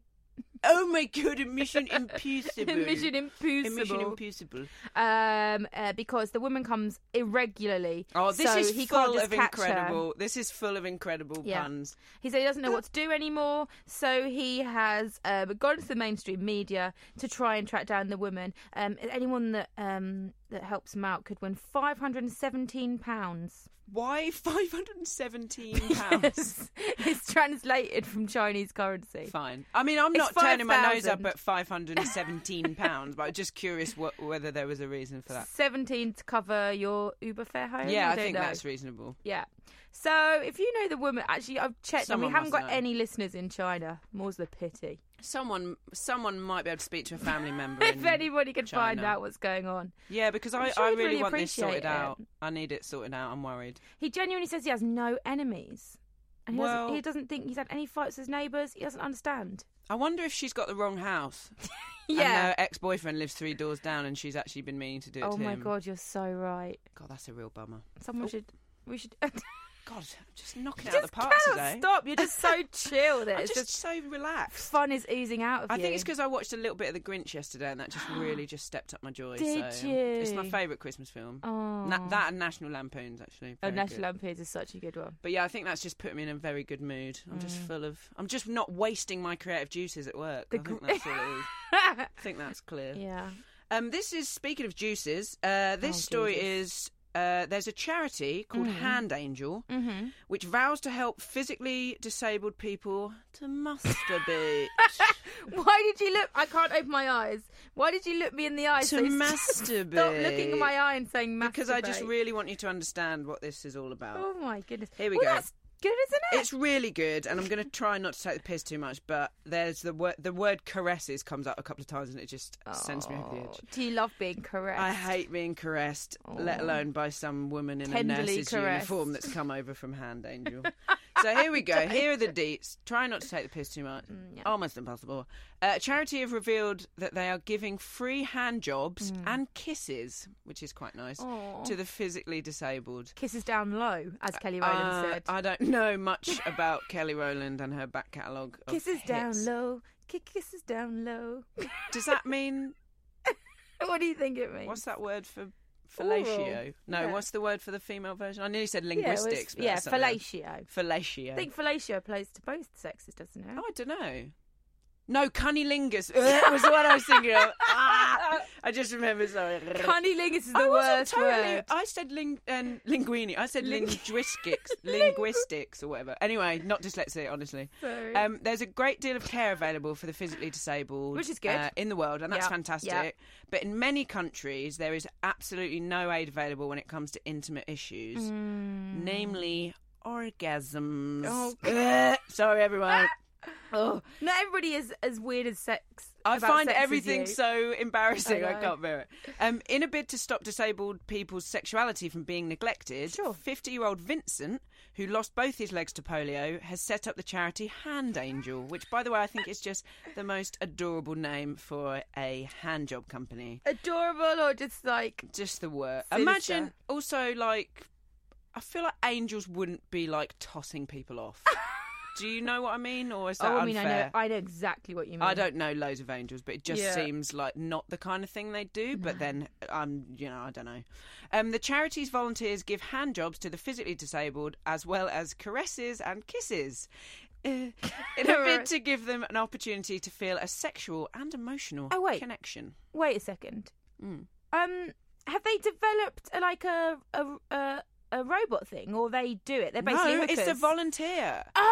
Speaker 2: oh my god, a mission impossible.
Speaker 1: Mission
Speaker 2: A mission
Speaker 1: impossible.
Speaker 2: impossible.
Speaker 1: Um, uh, because the woman comes irregularly.
Speaker 2: Oh, this
Speaker 1: so
Speaker 2: is
Speaker 1: he can't
Speaker 2: full
Speaker 1: just
Speaker 2: of
Speaker 1: catch her.
Speaker 2: incredible. This is full of incredible
Speaker 1: Yeah.
Speaker 2: puns.
Speaker 1: He said he doesn't know
Speaker 2: Mm.
Speaker 1: what to do anymore, so he has um, gone to the mainstream media to try and track down the woman. Um, anyone that um, that helps him out could win five hundred and seventeen pounds.
Speaker 2: Why five hundred and seventeen pounds?
Speaker 1: it's translated from Chinese currency.
Speaker 2: Fine. I mean, I'm
Speaker 1: It's
Speaker 2: not turning my nose
Speaker 1: 5,000.
Speaker 2: up at five hundred and seventeen pounds, but I'm just curious wh- whether there was a reason for that.
Speaker 1: Seventeen to cover your Uber fare home.
Speaker 2: yeah, I,
Speaker 1: don't
Speaker 2: think
Speaker 1: know.
Speaker 2: that's reasonable.
Speaker 1: Yeah. So if you know the woman, actually, I've checked,
Speaker 2: Someone
Speaker 1: and we haven't
Speaker 2: must
Speaker 1: got
Speaker 2: know.
Speaker 1: any listeners in China. More's the pity.
Speaker 2: Someone, someone might be able to speak to a family member.
Speaker 1: if
Speaker 2: in
Speaker 1: anybody could find
Speaker 2: China.
Speaker 1: out what's going on.
Speaker 2: Yeah, because I,
Speaker 1: sure
Speaker 2: I
Speaker 1: he'd
Speaker 2: really,
Speaker 1: really
Speaker 2: want this sorted
Speaker 1: appreciate it.
Speaker 2: out. I need it sorted out. I'm worried.
Speaker 1: He genuinely says he has no enemies. And he,
Speaker 2: Well-
Speaker 1: doesn't, he doesn't think he's had any fights with his neighbours. He doesn't understand.
Speaker 2: I wonder if she's got the wrong house. And her ex boyfriend lives three doors down and she's actually been meaning to do it
Speaker 1: oh
Speaker 2: to
Speaker 1: my
Speaker 2: him. Oh.
Speaker 1: god, you're so right.
Speaker 2: God, that's a real bummer.
Speaker 1: Someone should. We should. just
Speaker 2: God, I'm just knocking it out of the park
Speaker 1: cannot
Speaker 2: today.
Speaker 1: stop. You're just so chill. That
Speaker 2: I'm
Speaker 1: it's
Speaker 2: just,
Speaker 1: just,
Speaker 2: so relaxed.
Speaker 1: fun is oozing out of
Speaker 2: I
Speaker 1: you.
Speaker 2: think it's because I watched a little bit of The Grinch yesterday and that just really just stepped up my joy.
Speaker 1: Did
Speaker 2: so um, It's my
Speaker 1: you?
Speaker 2: favourite Christmas film.
Speaker 1: Oh.
Speaker 2: Na- that and National Lampoons, actually.
Speaker 1: Oh,
Speaker 2: Very
Speaker 1: National
Speaker 2: good.
Speaker 1: Lampoons is such a good one.
Speaker 2: But yeah, I think that's just put me in a very good mood. I'm just
Speaker 1: Mm.
Speaker 2: full of. I'm just not wasting my creative juices at work. I think
Speaker 1: gr-
Speaker 2: that's all it is. I think that's clear.
Speaker 1: Yeah.
Speaker 2: Um, this is speaking of juices.
Speaker 1: Oh,
Speaker 2: Uh, this
Speaker 1: Mm-hmm.
Speaker 2: story is. Uh, there's a charity called Hand Angel, which vows to help physically disabled people to masturbate.
Speaker 1: Why did you look? I can't open my eyes. Why did you look me in the eyes?
Speaker 2: to masturbate.
Speaker 1: Stop looking in my eye and saying masturbate.
Speaker 2: Because I just really want you to understand what this is all about.
Speaker 1: Oh my goodness.
Speaker 2: Here we
Speaker 1: well,
Speaker 2: go.
Speaker 1: That's good, isn't it?
Speaker 2: It's really good, and I'm going to try not to take the piss too much. But there's the word the word caresses comes up a couple of times, and it just sends me over the edge.
Speaker 1: Do you love being correct?
Speaker 2: I hate being caressed, let alone by some woman in
Speaker 1: Tenderly
Speaker 2: a nurse's
Speaker 1: caressed.
Speaker 2: uniform that's come over from Hand Angel. so here we go. Here are the deets. Try not to take the piss too much.
Speaker 1: Mm,
Speaker 2: Almost impossible. Uh, charity have revealed that they are giving free hand jobs
Speaker 1: Mm.
Speaker 2: and kisses, which is quite nice, to the physically disabled.
Speaker 1: Kisses down low, as Kelly Rowland
Speaker 2: Uh,
Speaker 1: said.
Speaker 2: I don't know much about Kelly Rowland and her back catalogue. of
Speaker 1: kisses
Speaker 2: hits.
Speaker 1: down low. ki- Kisses down low.
Speaker 2: Does that mean
Speaker 1: what do you think it means?
Speaker 2: what's that word for fellatio? No,
Speaker 1: yeah.
Speaker 2: what's the word for the female version? I nearly said
Speaker 1: yeah, it was-
Speaker 2: linguistics.
Speaker 1: yeah,
Speaker 2: but that's
Speaker 1: fellatio.
Speaker 2: not right. Fellatio.
Speaker 1: I think fellatio applies to both sexes, doesn't it?
Speaker 2: Oh, I don't know. No, cunnilingus That was what I was thinking of. Ah, I just remember. Sorry.
Speaker 1: Cunnilingus is the
Speaker 2: I wasn't
Speaker 1: worst
Speaker 2: totally.
Speaker 1: word.
Speaker 2: I said ling, um, linguini. I said
Speaker 1: Ling-
Speaker 2: linguistics,
Speaker 1: Ling-
Speaker 2: linguistics, or whatever. Anyway, not dyslexic, honestly.
Speaker 1: Sorry.
Speaker 2: Um, there's a great deal of care available for the physically disabled,
Speaker 1: Which is good.
Speaker 2: uh, in the world, and that's
Speaker 1: Yeah,
Speaker 2: fantastic.
Speaker 1: yeah.
Speaker 2: But in many countries, there is absolutely no aid available when it comes to intimate issues,
Speaker 1: Hmm.
Speaker 2: namely orgasms.
Speaker 1: Oh.
Speaker 2: Ugh, sorry, everyone.
Speaker 1: Oh. Not everybody is as weird as sex.
Speaker 2: I
Speaker 1: about
Speaker 2: find
Speaker 1: sex as
Speaker 2: everything
Speaker 1: you.
Speaker 2: so embarrassing.
Speaker 1: I
Speaker 2: I,
Speaker 1: know.
Speaker 2: can't bear it. Um, in a bid to stop disabled people's sexuality from being neglected,
Speaker 1: Sure.
Speaker 2: 50 year old Vincent, who lost both his legs to polio, has set up the charity Hand Angel, which, by the way, I think is just the most adorable name for a hand job company.
Speaker 1: adorable, or just like
Speaker 2: Just the word.
Speaker 1: Sinister.
Speaker 2: Imagine also, like, I feel like angels wouldn't be like tossing people off. Do you know what I mean? Or is that
Speaker 1: oh, I mean,
Speaker 2: unfair?
Speaker 1: I know, I know exactly what you mean.
Speaker 2: I don't know loads of angels, but it just
Speaker 1: Yeah.
Speaker 2: seems like not the kind of thing they do. But then, um, you know, I don't know. Um, the charity's volunteers give hand jobs to the physically disabled as well as caresses and kisses. Uh, in a bid to give them an opportunity to feel a sexual and emotional
Speaker 1: Oh, wait.
Speaker 2: connection.
Speaker 1: Wait a second.
Speaker 2: Hmm.
Speaker 1: Um, have they developed uh, like a a, a a robot thing, or they do it? They're basically
Speaker 2: no, it's a
Speaker 1: hookers?
Speaker 2: volunteer.
Speaker 1: Oh,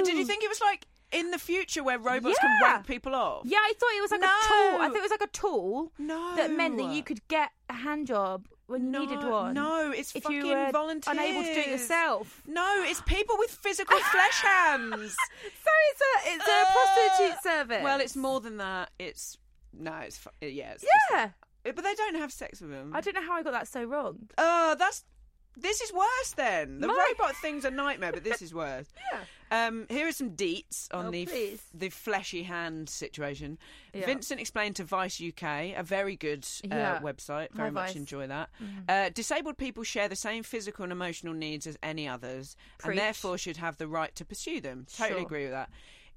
Speaker 2: Oh, did you think it was like in the future where robots can
Speaker 1: Yeah.
Speaker 2: wank people off?
Speaker 1: Yeah, I thought it was like a tool. I
Speaker 2: No.
Speaker 1: thought it was like a tool
Speaker 2: No.
Speaker 1: that meant that you could get a hand job when you
Speaker 2: No,
Speaker 1: needed one.
Speaker 2: no, it's
Speaker 1: if
Speaker 2: fucking
Speaker 1: you were
Speaker 2: volunteers.
Speaker 1: unable to do it yourself.
Speaker 2: No, it's people with physical
Speaker 1: Ah!
Speaker 2: flesh hands.
Speaker 1: So it's a it's a
Speaker 2: Uh,
Speaker 1: prostitute service.
Speaker 2: Well, it's more than that. It's no, it's fu- yeah, it's
Speaker 1: yeah.
Speaker 2: Just, but they don't have sex with them.
Speaker 1: I don't know how I got that so wrong.
Speaker 2: Oh, that's this is worse. Then the
Speaker 1: My-
Speaker 2: robot thing's a nightmare, but this is worse.
Speaker 1: Yeah.
Speaker 2: Um, here are some deets on
Speaker 1: Oh,
Speaker 2: the
Speaker 1: please.
Speaker 2: the fleshy hand situation.
Speaker 1: Yeah.
Speaker 2: Vincent explained to Vice UK, a very good uh,
Speaker 1: Yeah.
Speaker 2: website. Very
Speaker 1: Hi,
Speaker 2: much
Speaker 1: Vice. Mm-hmm.
Speaker 2: enjoy that. Uh, disabled people share the same physical and emotional needs as any others,
Speaker 1: Preach.
Speaker 2: and therefore should have the right to pursue them. Totally
Speaker 1: Sure.
Speaker 2: agree with that.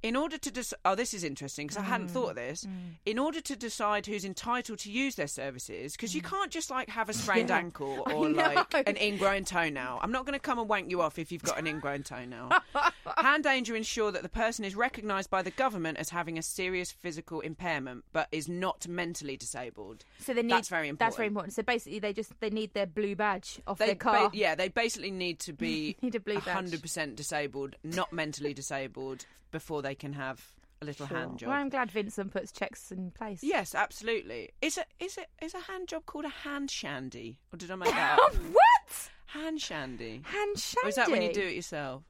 Speaker 2: In order to decide, oh, this is interesting because I
Speaker 1: Mm.
Speaker 2: hadn't thought of this. In order to decide who's entitled to use their services, because you can't just like have a sprained ankle or like
Speaker 1: Mm. know.
Speaker 2: an ingrown toenail. I'm not going to come and wank you off if you've got an ingrown toenail. Hand danger ensure that the person is recognised by the government as having a serious physical impairment, but is not mentally disabled.
Speaker 1: So they need
Speaker 2: that's very important.
Speaker 1: That's very important. So basically, they just they need their blue badge off
Speaker 2: They
Speaker 1: their car.
Speaker 2: ba- yeah, they basically need to be
Speaker 1: Need a blue badge.
Speaker 2: 100% disabled, not mentally disabled, before they can have a little hand job.
Speaker 1: Well, I'm glad Vincent puts checks in place.
Speaker 2: Yes, absolutely. Is a is it is a hand job called a hand shandy, or did I make that
Speaker 1: Oh,
Speaker 2: up?
Speaker 1: what?
Speaker 2: hand shandy.
Speaker 1: Hand shandy.
Speaker 2: Or is that when you do it yourself?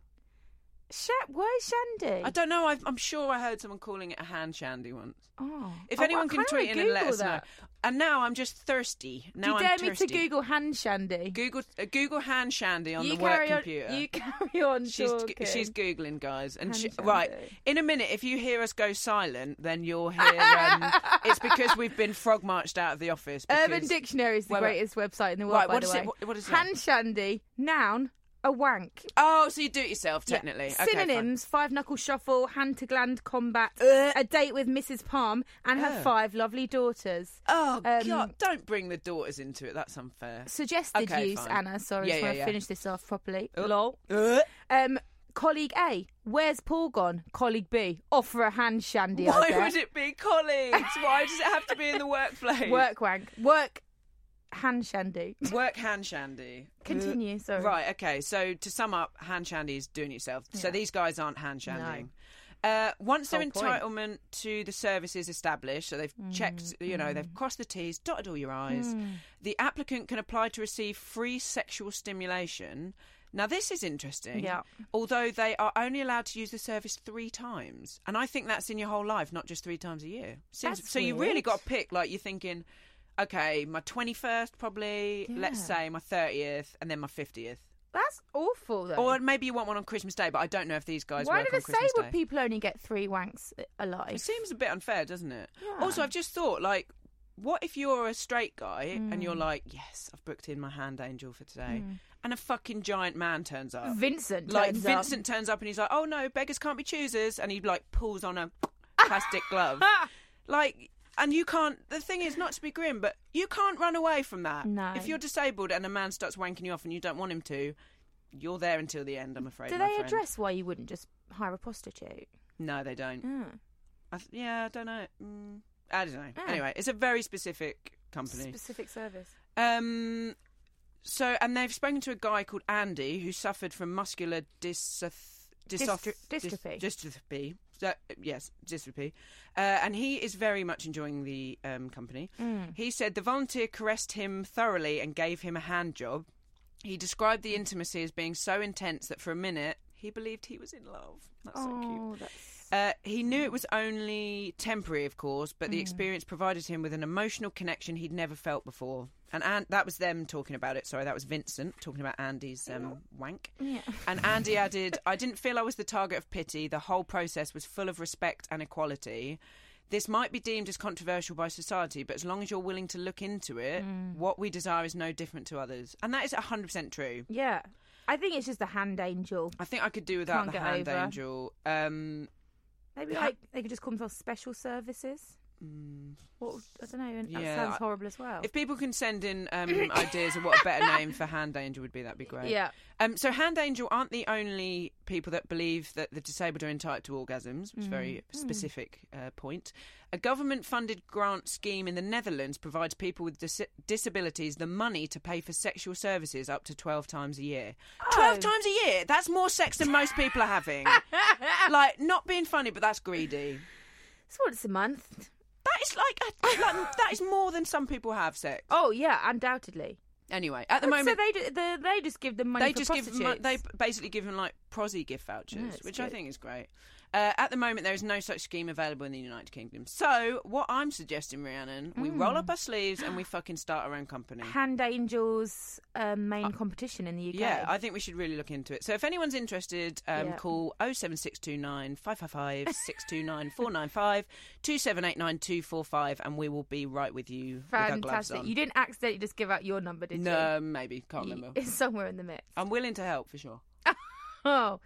Speaker 1: Sha- why shandy?
Speaker 2: I don't know. I've, I'm sure I heard someone calling it a hand shandy once.
Speaker 1: Oh.
Speaker 2: If
Speaker 1: Oh,
Speaker 2: anyone
Speaker 1: I
Speaker 2: can
Speaker 1: kinda
Speaker 2: tweet in and let
Speaker 1: Google
Speaker 2: us
Speaker 1: that.
Speaker 2: know. And now I'm just thirsty.
Speaker 1: Do
Speaker 2: Now
Speaker 1: you
Speaker 2: I'm
Speaker 1: dare
Speaker 2: thirsty.
Speaker 1: me to Google hand shandy?
Speaker 2: Google uh, Google hand shandy on
Speaker 1: you
Speaker 2: the work
Speaker 1: carry on,
Speaker 2: computer.
Speaker 1: You carry on
Speaker 2: She's
Speaker 1: talking.
Speaker 2: she's googling, guys, and she,
Speaker 1: Hand
Speaker 2: right
Speaker 1: shandy.
Speaker 2: in a minute. If you hear us go silent, then you'll hear um, it's because we've been frog marched out of the office.
Speaker 1: Urban
Speaker 2: because-
Speaker 1: Dictionary is the
Speaker 2: Wait, wait.
Speaker 1: greatest website in the world.
Speaker 2: Right,
Speaker 1: by
Speaker 2: what
Speaker 1: the
Speaker 2: is
Speaker 1: way.
Speaker 2: it? What- what is it?
Speaker 1: hand shandy? Noun, a wank.
Speaker 2: Oh, so you do it yourself technically.
Speaker 1: Yeah.
Speaker 2: Okay, fine.
Speaker 1: Synonyms: five knuckle shuffle, hand to gland combat,
Speaker 2: Uh.
Speaker 1: a date with Mrs. Palm and her five lovely daughters.
Speaker 2: Oh
Speaker 1: Um,
Speaker 2: God! Don't bring the daughters into it. That's unfair.
Speaker 1: Suggested
Speaker 2: Okay,
Speaker 1: use,
Speaker 2: fine.
Speaker 1: Anna. Sorry,
Speaker 2: Yeah,
Speaker 1: just
Speaker 2: yeah,
Speaker 1: want to
Speaker 2: yeah.
Speaker 1: finish this off properly.
Speaker 2: Oh.
Speaker 1: Lol.
Speaker 2: Uh,
Speaker 1: Um, colleague A, where's Paul gone? Colleague B, offer a hand shandy. I
Speaker 2: why
Speaker 1: bet.
Speaker 2: would it be colleagues? Why does it have to be in the workplace?
Speaker 1: Work wank. Work hand shandy.
Speaker 2: Work hand shandy.
Speaker 1: Continue, sorry.
Speaker 2: Right, okay. So to sum up, hand shandy is doing it yourself. So these guys aren't hand shandying. Uh, once their
Speaker 1: Whole point.
Speaker 2: entitlement to the service is established, so they've checked,
Speaker 1: Mm,
Speaker 2: you know, they've crossed the T's, dotted all your I's,
Speaker 1: Hmm.
Speaker 2: the applicant can apply to receive free sexual stimulation. Now, this is interesting.
Speaker 1: Yeah.
Speaker 2: Although they are only allowed to use the service three times. And I think that's in your whole life, not just three times a year. Seems-
Speaker 1: That's
Speaker 2: so you really
Speaker 1: weird.
Speaker 2: got to pick, like, you're thinking, okay, my 21st probably, let's
Speaker 1: Yeah.
Speaker 2: say my 30th, and then my 50th.
Speaker 1: That's awful, though.
Speaker 2: Or maybe you want one on Christmas Day, but I don't know if these guys
Speaker 1: Why
Speaker 2: work
Speaker 1: do they
Speaker 2: on
Speaker 1: say
Speaker 2: Christmas Day.
Speaker 1: would people only get three wanks alive?
Speaker 2: It seems a bit unfair, doesn't it?
Speaker 1: Yeah.
Speaker 2: Also, I've just thought, like, what if you're a straight guy and
Speaker 1: Mm.
Speaker 2: you're like, yes, I've booked in my hand angel for today, and a fucking giant man turns up.
Speaker 1: Vincent,
Speaker 2: like
Speaker 1: Mm. turns up.
Speaker 2: Vincent turns up and he's like, "Oh no, beggars can't be choosers," and he like pulls on a plastic glove, like. And you can't. The thing is, not to be grim, but you can't run away from that.
Speaker 1: No.
Speaker 2: If you're disabled and a man starts wanking you off and you don't want him to, you're there until the end. I'm afraid.
Speaker 1: Do
Speaker 2: my
Speaker 1: they
Speaker 2: friend.
Speaker 1: address why you wouldn't just hire a prostitute?
Speaker 2: No, they don't.
Speaker 1: Mm.
Speaker 2: I th- yeah, I don't know. Mm, I don't know.
Speaker 1: Ah.
Speaker 2: Anyway, it's a very specific company.
Speaker 1: Specific service.
Speaker 2: Um, so, and they've spoken to a guy called Andy who suffered from muscular dysoth- dysoth-
Speaker 1: Dystro- dystrophy.
Speaker 2: dys- dystrophy. So, yes, dystrophy. Uh, and he is very much enjoying the um, company.
Speaker 1: Mm.
Speaker 2: He said the volunteer caressed him thoroughly and gave him a hand job. He described the intimacy as being so intense that for a minute he believed he was in love. That's so cute.
Speaker 1: Oh, that's.
Speaker 2: Uh, he knew it was only temporary, of course, but
Speaker 1: Hmm.
Speaker 2: the experience provided him with an emotional connection he'd never felt before. And An- that was them talking about it. Sorry, that was Vincent talking about Andy's um, wank.
Speaker 1: Yeah.
Speaker 2: And Andy added, I didn't feel I was the target of pity. The whole process was full of respect and equality. This might be deemed as controversial by society, but as long as you're willing to look into it,
Speaker 1: Hmm.
Speaker 2: what we desire is no different to others. And that is 100% true.
Speaker 1: Yeah. I think it's just a hand angel.
Speaker 2: I think I could do without
Speaker 1: Can't
Speaker 2: the
Speaker 1: get
Speaker 2: hand
Speaker 1: over.
Speaker 2: angel. Um,
Speaker 1: Maybe like they could just come for special services.
Speaker 2: hmm.
Speaker 1: What I don't know. and That
Speaker 2: Yeah,
Speaker 1: sounds
Speaker 2: I-
Speaker 1: horrible as well.
Speaker 2: If people can send in um, ideas of what a better name for Hand Angel would be, that'd be great.
Speaker 1: Yeah.
Speaker 2: Um, so Hand Angel aren't the only people that believe that the disabled are entitled to orgasms. It's a
Speaker 1: Mm.
Speaker 2: very
Speaker 1: Hmm.
Speaker 2: specific uh, point. A government-funded grant scheme in the Netherlands provides people with dis- disabilities the money to pay for sexual services up to twelve times a year.
Speaker 1: Oh.
Speaker 2: Twelve times a year? That's more sex than most people are having. like, not being funny, but that's greedy.
Speaker 1: it's once a month.
Speaker 2: That is like, a, like that is more than some people have sex.
Speaker 1: Oh yeah, undoubtedly.
Speaker 2: Anyway, at the
Speaker 1: But
Speaker 2: moment,
Speaker 1: so they do, the, they just give them money.
Speaker 2: they
Speaker 1: for
Speaker 2: just give mo-
Speaker 1: prostitutes.
Speaker 2: they basically give them like prosy gift vouchers,
Speaker 1: it's
Speaker 2: which I
Speaker 1: good.
Speaker 2: think is great. Uh, at the moment, there is no such scheme available in the United Kingdom. So, what I'm suggesting, Rhiannon, we
Speaker 1: Hmm.
Speaker 2: roll up our sleeves and we fucking start our own company.
Speaker 1: Hand Angels um, main competition in the UK.
Speaker 2: Uh, Yeah, I think we should really look into it. So, if anyone's interested, um,
Speaker 1: Yeah.
Speaker 2: call 07629 555 629 495 2789245 and we will be right with you. With our gloves
Speaker 1: fantastic.
Speaker 2: on.
Speaker 1: You didn't accidentally just give out your number, did you?
Speaker 2: no, maybe. Can't
Speaker 1: Y-
Speaker 2: remember. Oh.
Speaker 1: It's somewhere in the mix.
Speaker 2: I'm willing to help for sure.
Speaker 1: Oh,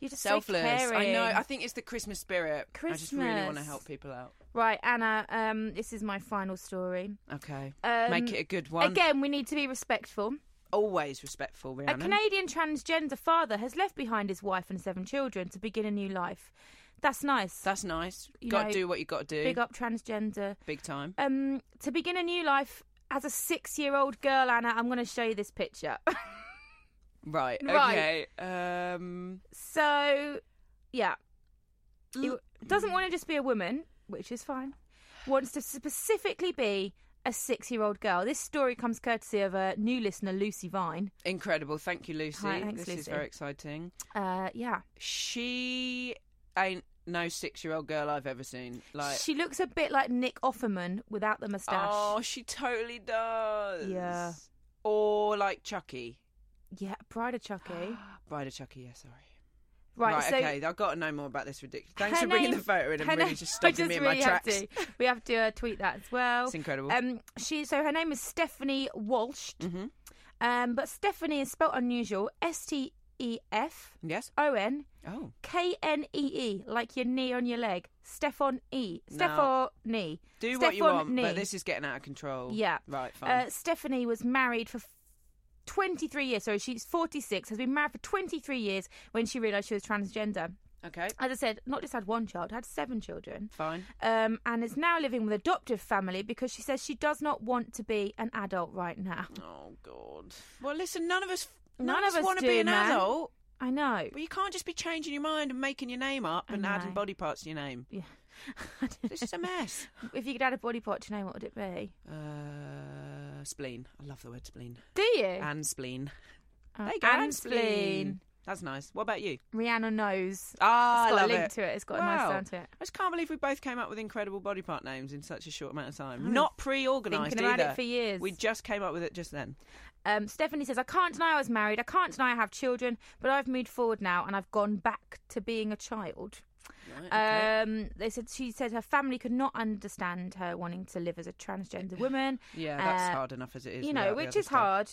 Speaker 1: You're just
Speaker 2: Selfless.
Speaker 1: So
Speaker 2: I
Speaker 1: caring.
Speaker 2: know. I think it's the Christmas spirit. I just really want to
Speaker 1: Christmas.
Speaker 2: help people out.
Speaker 1: right, Anna. Um, this is my final story.
Speaker 2: Okay.
Speaker 1: Um,
Speaker 2: Make it a good one.
Speaker 1: Again, Uh, we need to be respectful.
Speaker 2: Always respectful, Rihanna.
Speaker 1: A Canadian transgender father has left behind his wife and seven children to begin a new life. That's nice.
Speaker 2: That's nice.
Speaker 1: You
Speaker 2: got to
Speaker 1: know,
Speaker 2: do what you got to do.
Speaker 1: Big up transgender.
Speaker 2: Big time.
Speaker 1: Um, to begin a new life as a six-year-old girl, Anna. I'm going to show you this picture.
Speaker 2: Right.
Speaker 1: right.
Speaker 2: Okay. Um.
Speaker 1: so, yeah, he w- doesn't want to just be a woman, which is fine. Wants to specifically be a six-year-old girl. This story comes courtesy of a new listener, Lucy Vine.
Speaker 2: Incredible. Thank you, Lucy.
Speaker 1: Hi, thanks,
Speaker 2: this is
Speaker 1: Lucy.
Speaker 2: very exciting.
Speaker 1: Uh, yeah,
Speaker 2: She ain't no six-year-old girl I've ever seen. Like,
Speaker 1: she looks a bit like Nick Offerman without the mustache.
Speaker 2: oh, she totally does.
Speaker 1: Yeah.
Speaker 2: Or like Chucky.
Speaker 1: Yeah, Bride of Chucky.
Speaker 2: Bride of Chucky. Yeah. Sorry.
Speaker 1: Right, so
Speaker 2: okay. I've got to know more about this ridiculous. Thanks
Speaker 1: her
Speaker 2: for bringing
Speaker 1: name-
Speaker 2: the photo in and
Speaker 1: her
Speaker 2: really
Speaker 1: name-
Speaker 2: just
Speaker 1: I
Speaker 2: stopping me in
Speaker 1: really
Speaker 2: my
Speaker 1: have
Speaker 2: tracks.
Speaker 1: to. We have to uh, tweet that as well.
Speaker 2: It's incredible. Mm-hmm.
Speaker 1: Um, she so her name is Stephanie Walsh, um, but Stephanie is spelt unusual: S T E F
Speaker 2: yes.
Speaker 1: O N
Speaker 2: Oh.
Speaker 1: K N E E, like your knee on your leg. Stefan E. Stephanie.
Speaker 2: Do what you want, but this is getting out of control.
Speaker 1: yeah.
Speaker 2: Right. Fine.
Speaker 1: Uh, Stephanie was married for. 23 years, sorry, she's 46, has been married for 23 years when she realised she was transgender.
Speaker 2: okay.
Speaker 1: As I said, not just had one child, had seven children
Speaker 2: Fine.
Speaker 1: um, and is now living with adoptive family because she says she does not want to be an adult right now.
Speaker 2: Oh God. Well, listen. None of us. None,
Speaker 1: None
Speaker 2: of
Speaker 1: of
Speaker 2: us
Speaker 1: us
Speaker 2: want to
Speaker 1: do,
Speaker 2: be an
Speaker 1: man.
Speaker 2: adult.
Speaker 1: I know.
Speaker 2: But you can't just be changing your mind and making your name up and adding
Speaker 1: know.
Speaker 2: body parts to your name.
Speaker 1: Yeah.
Speaker 2: This is a mess.
Speaker 1: if you could add a body part to your name, what would it be?
Speaker 2: uh, spleen. I love the word spleen.
Speaker 1: Do you?
Speaker 2: And spleen.
Speaker 1: Uh,
Speaker 2: There you go.
Speaker 1: and spleen.
Speaker 2: That's nice. What about you?
Speaker 1: Rihanna knows.
Speaker 2: Ah,
Speaker 1: It's
Speaker 2: I
Speaker 1: got a
Speaker 2: love
Speaker 1: link
Speaker 2: it.
Speaker 1: to it. It's got a nice
Speaker 2: wow.
Speaker 1: sound to it.
Speaker 2: I just can't believe we both came up with incredible body part names in such a short amount of time. Not pre-organised
Speaker 1: Hmm. thinking about
Speaker 2: either.
Speaker 1: it for years.
Speaker 2: We just came up with it just then.
Speaker 1: Um, Stephanie says, I can't deny I was married. I can't deny I have children, but I've moved forward now and I've gone back to being a child. Um, they said she said her family could not understand her wanting to live as a transgender woman.
Speaker 2: Yeah, that's
Speaker 1: Uh,
Speaker 2: hard enough as it is.
Speaker 1: you know,
Speaker 2: without the
Speaker 1: which
Speaker 2: other
Speaker 1: is
Speaker 2: stuff.
Speaker 1: hard.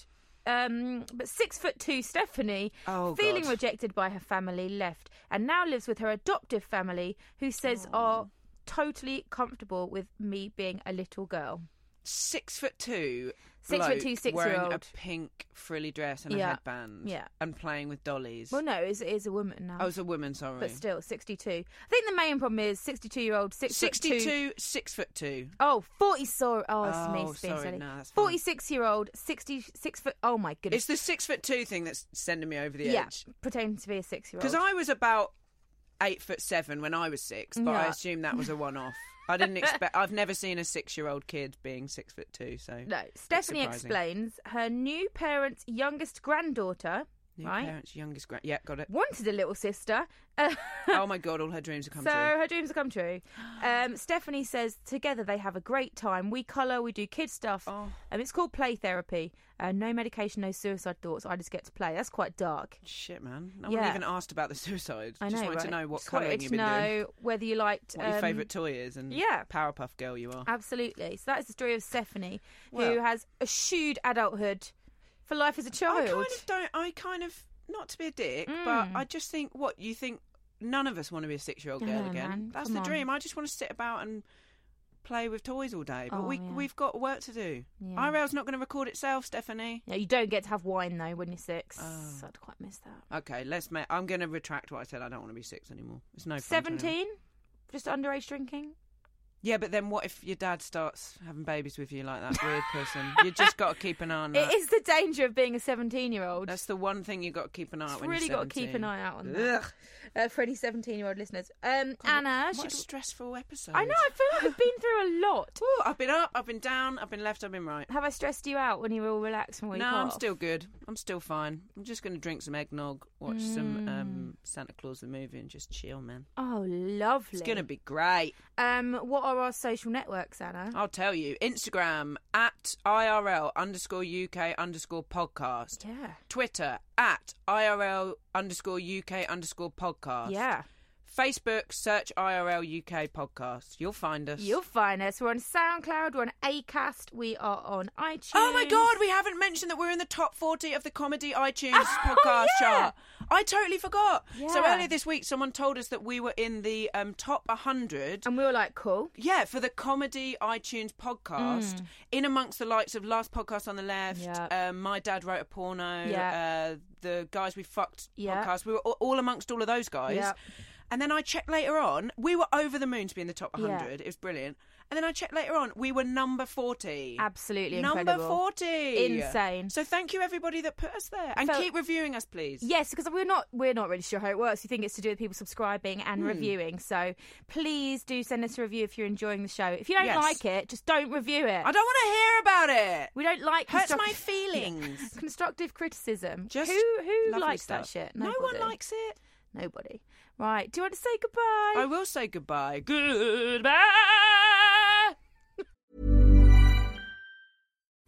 Speaker 1: Um, but six foot two Stephanie,
Speaker 2: Oh,
Speaker 1: feeling
Speaker 2: God.
Speaker 1: rejected by her family, left and now lives with her adoptive family, who says
Speaker 2: Oh.
Speaker 1: are totally comfortable with me being a little girl.
Speaker 2: Six foot two.
Speaker 1: Six foot
Speaker 2: bloke
Speaker 1: two, six
Speaker 2: wearing
Speaker 1: year
Speaker 2: a
Speaker 1: old.
Speaker 2: pink frilly dress and a
Speaker 1: Yeah.
Speaker 2: headband.
Speaker 1: Yeah.
Speaker 2: And playing with dollies.
Speaker 1: Well, no, it is, it is a woman now,
Speaker 2: I was a woman, sorry.
Speaker 1: but still sixty-two. I think the main problem is sixty-two-year-old, six foot two.
Speaker 2: 62, six foot two.
Speaker 1: Oh, 40 so oh, it's
Speaker 2: Oh,
Speaker 1: me being
Speaker 2: sorry,
Speaker 1: silly.
Speaker 2: no, that's fine.
Speaker 1: 46 year old, 66 foot. Oh my
Speaker 2: It's
Speaker 1: goodness.
Speaker 2: the six foot two thing that's sending me over the
Speaker 1: yeah,
Speaker 2: edge.
Speaker 1: pretending to be a six year old.
Speaker 2: Because I was about eight foot seven when I was six, but I
Speaker 1: Yeah.
Speaker 2: assume that was a one off. I didn't expect. I've never seen a six year old kid being six foot two. So
Speaker 1: No,
Speaker 2: it's
Speaker 1: Stephanie
Speaker 2: surprising.
Speaker 1: explains her new parents' youngest granddaughter,
Speaker 2: New
Speaker 1: right,
Speaker 2: parents, youngest grand. Yeah, got it.
Speaker 1: wanted a little sister. Uh,
Speaker 2: Oh my god, all her dreams have come
Speaker 1: so
Speaker 2: true.
Speaker 1: her dreams have come true. Um, Stephanie says together they have a great time. We colour, we do kid stuff.
Speaker 2: Oh.
Speaker 1: Um, it's called play therapy. Uh, no medication, no suicide thoughts. I just get to play. That's quite dark.
Speaker 2: Shit, man. No one
Speaker 1: Yeah.
Speaker 2: even asked about the suicide.
Speaker 1: I know.
Speaker 2: Just wanted to
Speaker 1: right?
Speaker 2: know what
Speaker 1: Just wanted
Speaker 2: colouring you've
Speaker 1: to
Speaker 2: been
Speaker 1: know
Speaker 2: doing,
Speaker 1: whether you liked
Speaker 2: what your
Speaker 1: um,
Speaker 2: favourite toy is, and
Speaker 1: yeah.
Speaker 2: Powerpuff Girl you are.
Speaker 1: Absolutely. So that is the story of Stephanie, who
Speaker 2: Well-
Speaker 1: has eschewed adulthood for life as a
Speaker 2: I
Speaker 1: child. Mm.
Speaker 2: kind of don't. I kind of not to be a dick, but I just think what you think. None of us want to be a six-year-old girl
Speaker 1: No,
Speaker 2: again.
Speaker 1: man,
Speaker 2: That's
Speaker 1: come
Speaker 2: the
Speaker 1: on.
Speaker 2: dream. I just want to sit about and play with toys all day. But
Speaker 1: Oh,
Speaker 2: we
Speaker 1: yeah.
Speaker 2: we've got work to do.
Speaker 1: Yeah.
Speaker 2: IRL's not going to record itself, Stephanie.
Speaker 1: Yeah, you don't get to have wine though when you're six.
Speaker 2: Oh.
Speaker 1: I'd quite miss that.
Speaker 2: Okay, let's. Ma- I'm going to retract what I said. I don't want to be six anymore. It's no fun to anyone.
Speaker 1: Seventeen, just underage drinking.
Speaker 2: Yeah, but then what if your dad starts having babies with you like that weird person? You just got to keep an eye on that.
Speaker 1: It is the danger of being a seventeen-year-old.
Speaker 2: That's the one thing you got to keep an eye. on
Speaker 1: It's
Speaker 2: when
Speaker 1: really
Speaker 2: you're
Speaker 1: got to keep
Speaker 2: 17.
Speaker 1: an eye out on
Speaker 2: Ugh.
Speaker 1: that uh, for any seventeen-year-old listeners. Um, Anna,
Speaker 2: What a
Speaker 1: should-
Speaker 2: stressful episode.
Speaker 1: I know. I feel like we've been through a lot.
Speaker 2: Ooh, I've been up, I've been down, I've been left, I've been right.
Speaker 1: Have I stressed you out when you were all relaxed and week
Speaker 2: no, I'm
Speaker 1: off?
Speaker 2: still good. I'm still fine. I'm just going to drink some eggnog, watch some um,
Speaker 1: Mm.
Speaker 2: Santa Claus the movie, and just chill, man.
Speaker 1: Oh, lovely.
Speaker 2: It's going to be great.
Speaker 1: Um, what are our social networks, Anna?
Speaker 2: I'll tell you. Instagram at IRL underscore UK underscore podcast.
Speaker 1: Yeah.
Speaker 2: Twitter at IRL underscore UK underscore podcast.
Speaker 1: Yeah.
Speaker 2: Facebook, search IRL UK podcast. You'll find us.
Speaker 1: You'll find us. We're on SoundCloud. We're on Acast. We are on iTunes.
Speaker 2: Oh my god, we haven't mentioned that we're in the top 40 of the comedy iTunes
Speaker 1: Oh,
Speaker 2: podcast
Speaker 1: yeah.
Speaker 2: chart. I totally forgot. So
Speaker 1: Yeah.
Speaker 2: earlier this week, someone told us that we were in the um, top 100.
Speaker 1: And we were like, cool.
Speaker 2: yeah, for the comedy iTunes podcast,
Speaker 1: Mm.
Speaker 2: in amongst the likes of Last Podcast on the Left,
Speaker 1: Yep.
Speaker 2: uh, My Dad Wrote a Porno,
Speaker 1: Yep.
Speaker 2: uh, the Guys We Fucked
Speaker 1: Yep.
Speaker 2: podcast. We were all, all amongst all of those guys.
Speaker 1: Yep.
Speaker 2: And then I checked later on, we were over the moon to be in the top 100. It was brilliant. And then I checked later on, we were number 40.
Speaker 1: Absolutely
Speaker 2: Number
Speaker 1: incredible.
Speaker 2: 40.
Speaker 1: Insane.
Speaker 2: So thank you, everybody that put us there. And
Speaker 1: So-
Speaker 2: keep reviewing us, please.
Speaker 1: Yes, because we're not we're not really sure how it works. We think it's to do with people subscribing
Speaker 2: Hmm.
Speaker 1: and reviewing. So please do send us a review if you're enjoying the show. If you don't
Speaker 2: Yes.
Speaker 1: like it, just don't review it.
Speaker 2: I don't want to hear about it.
Speaker 1: we don't like
Speaker 2: Hurts my
Speaker 1: construct-
Speaker 2: feelings.
Speaker 1: constructive criticism.
Speaker 2: Just
Speaker 1: who who
Speaker 2: lovely
Speaker 1: likes that
Speaker 2: stuff.
Speaker 1: shit?
Speaker 2: No one
Speaker 1: Nobody.
Speaker 2: likes it.
Speaker 1: nobody. Right? Do you want to say goodbye?
Speaker 2: I will say goodbye. Goodbye.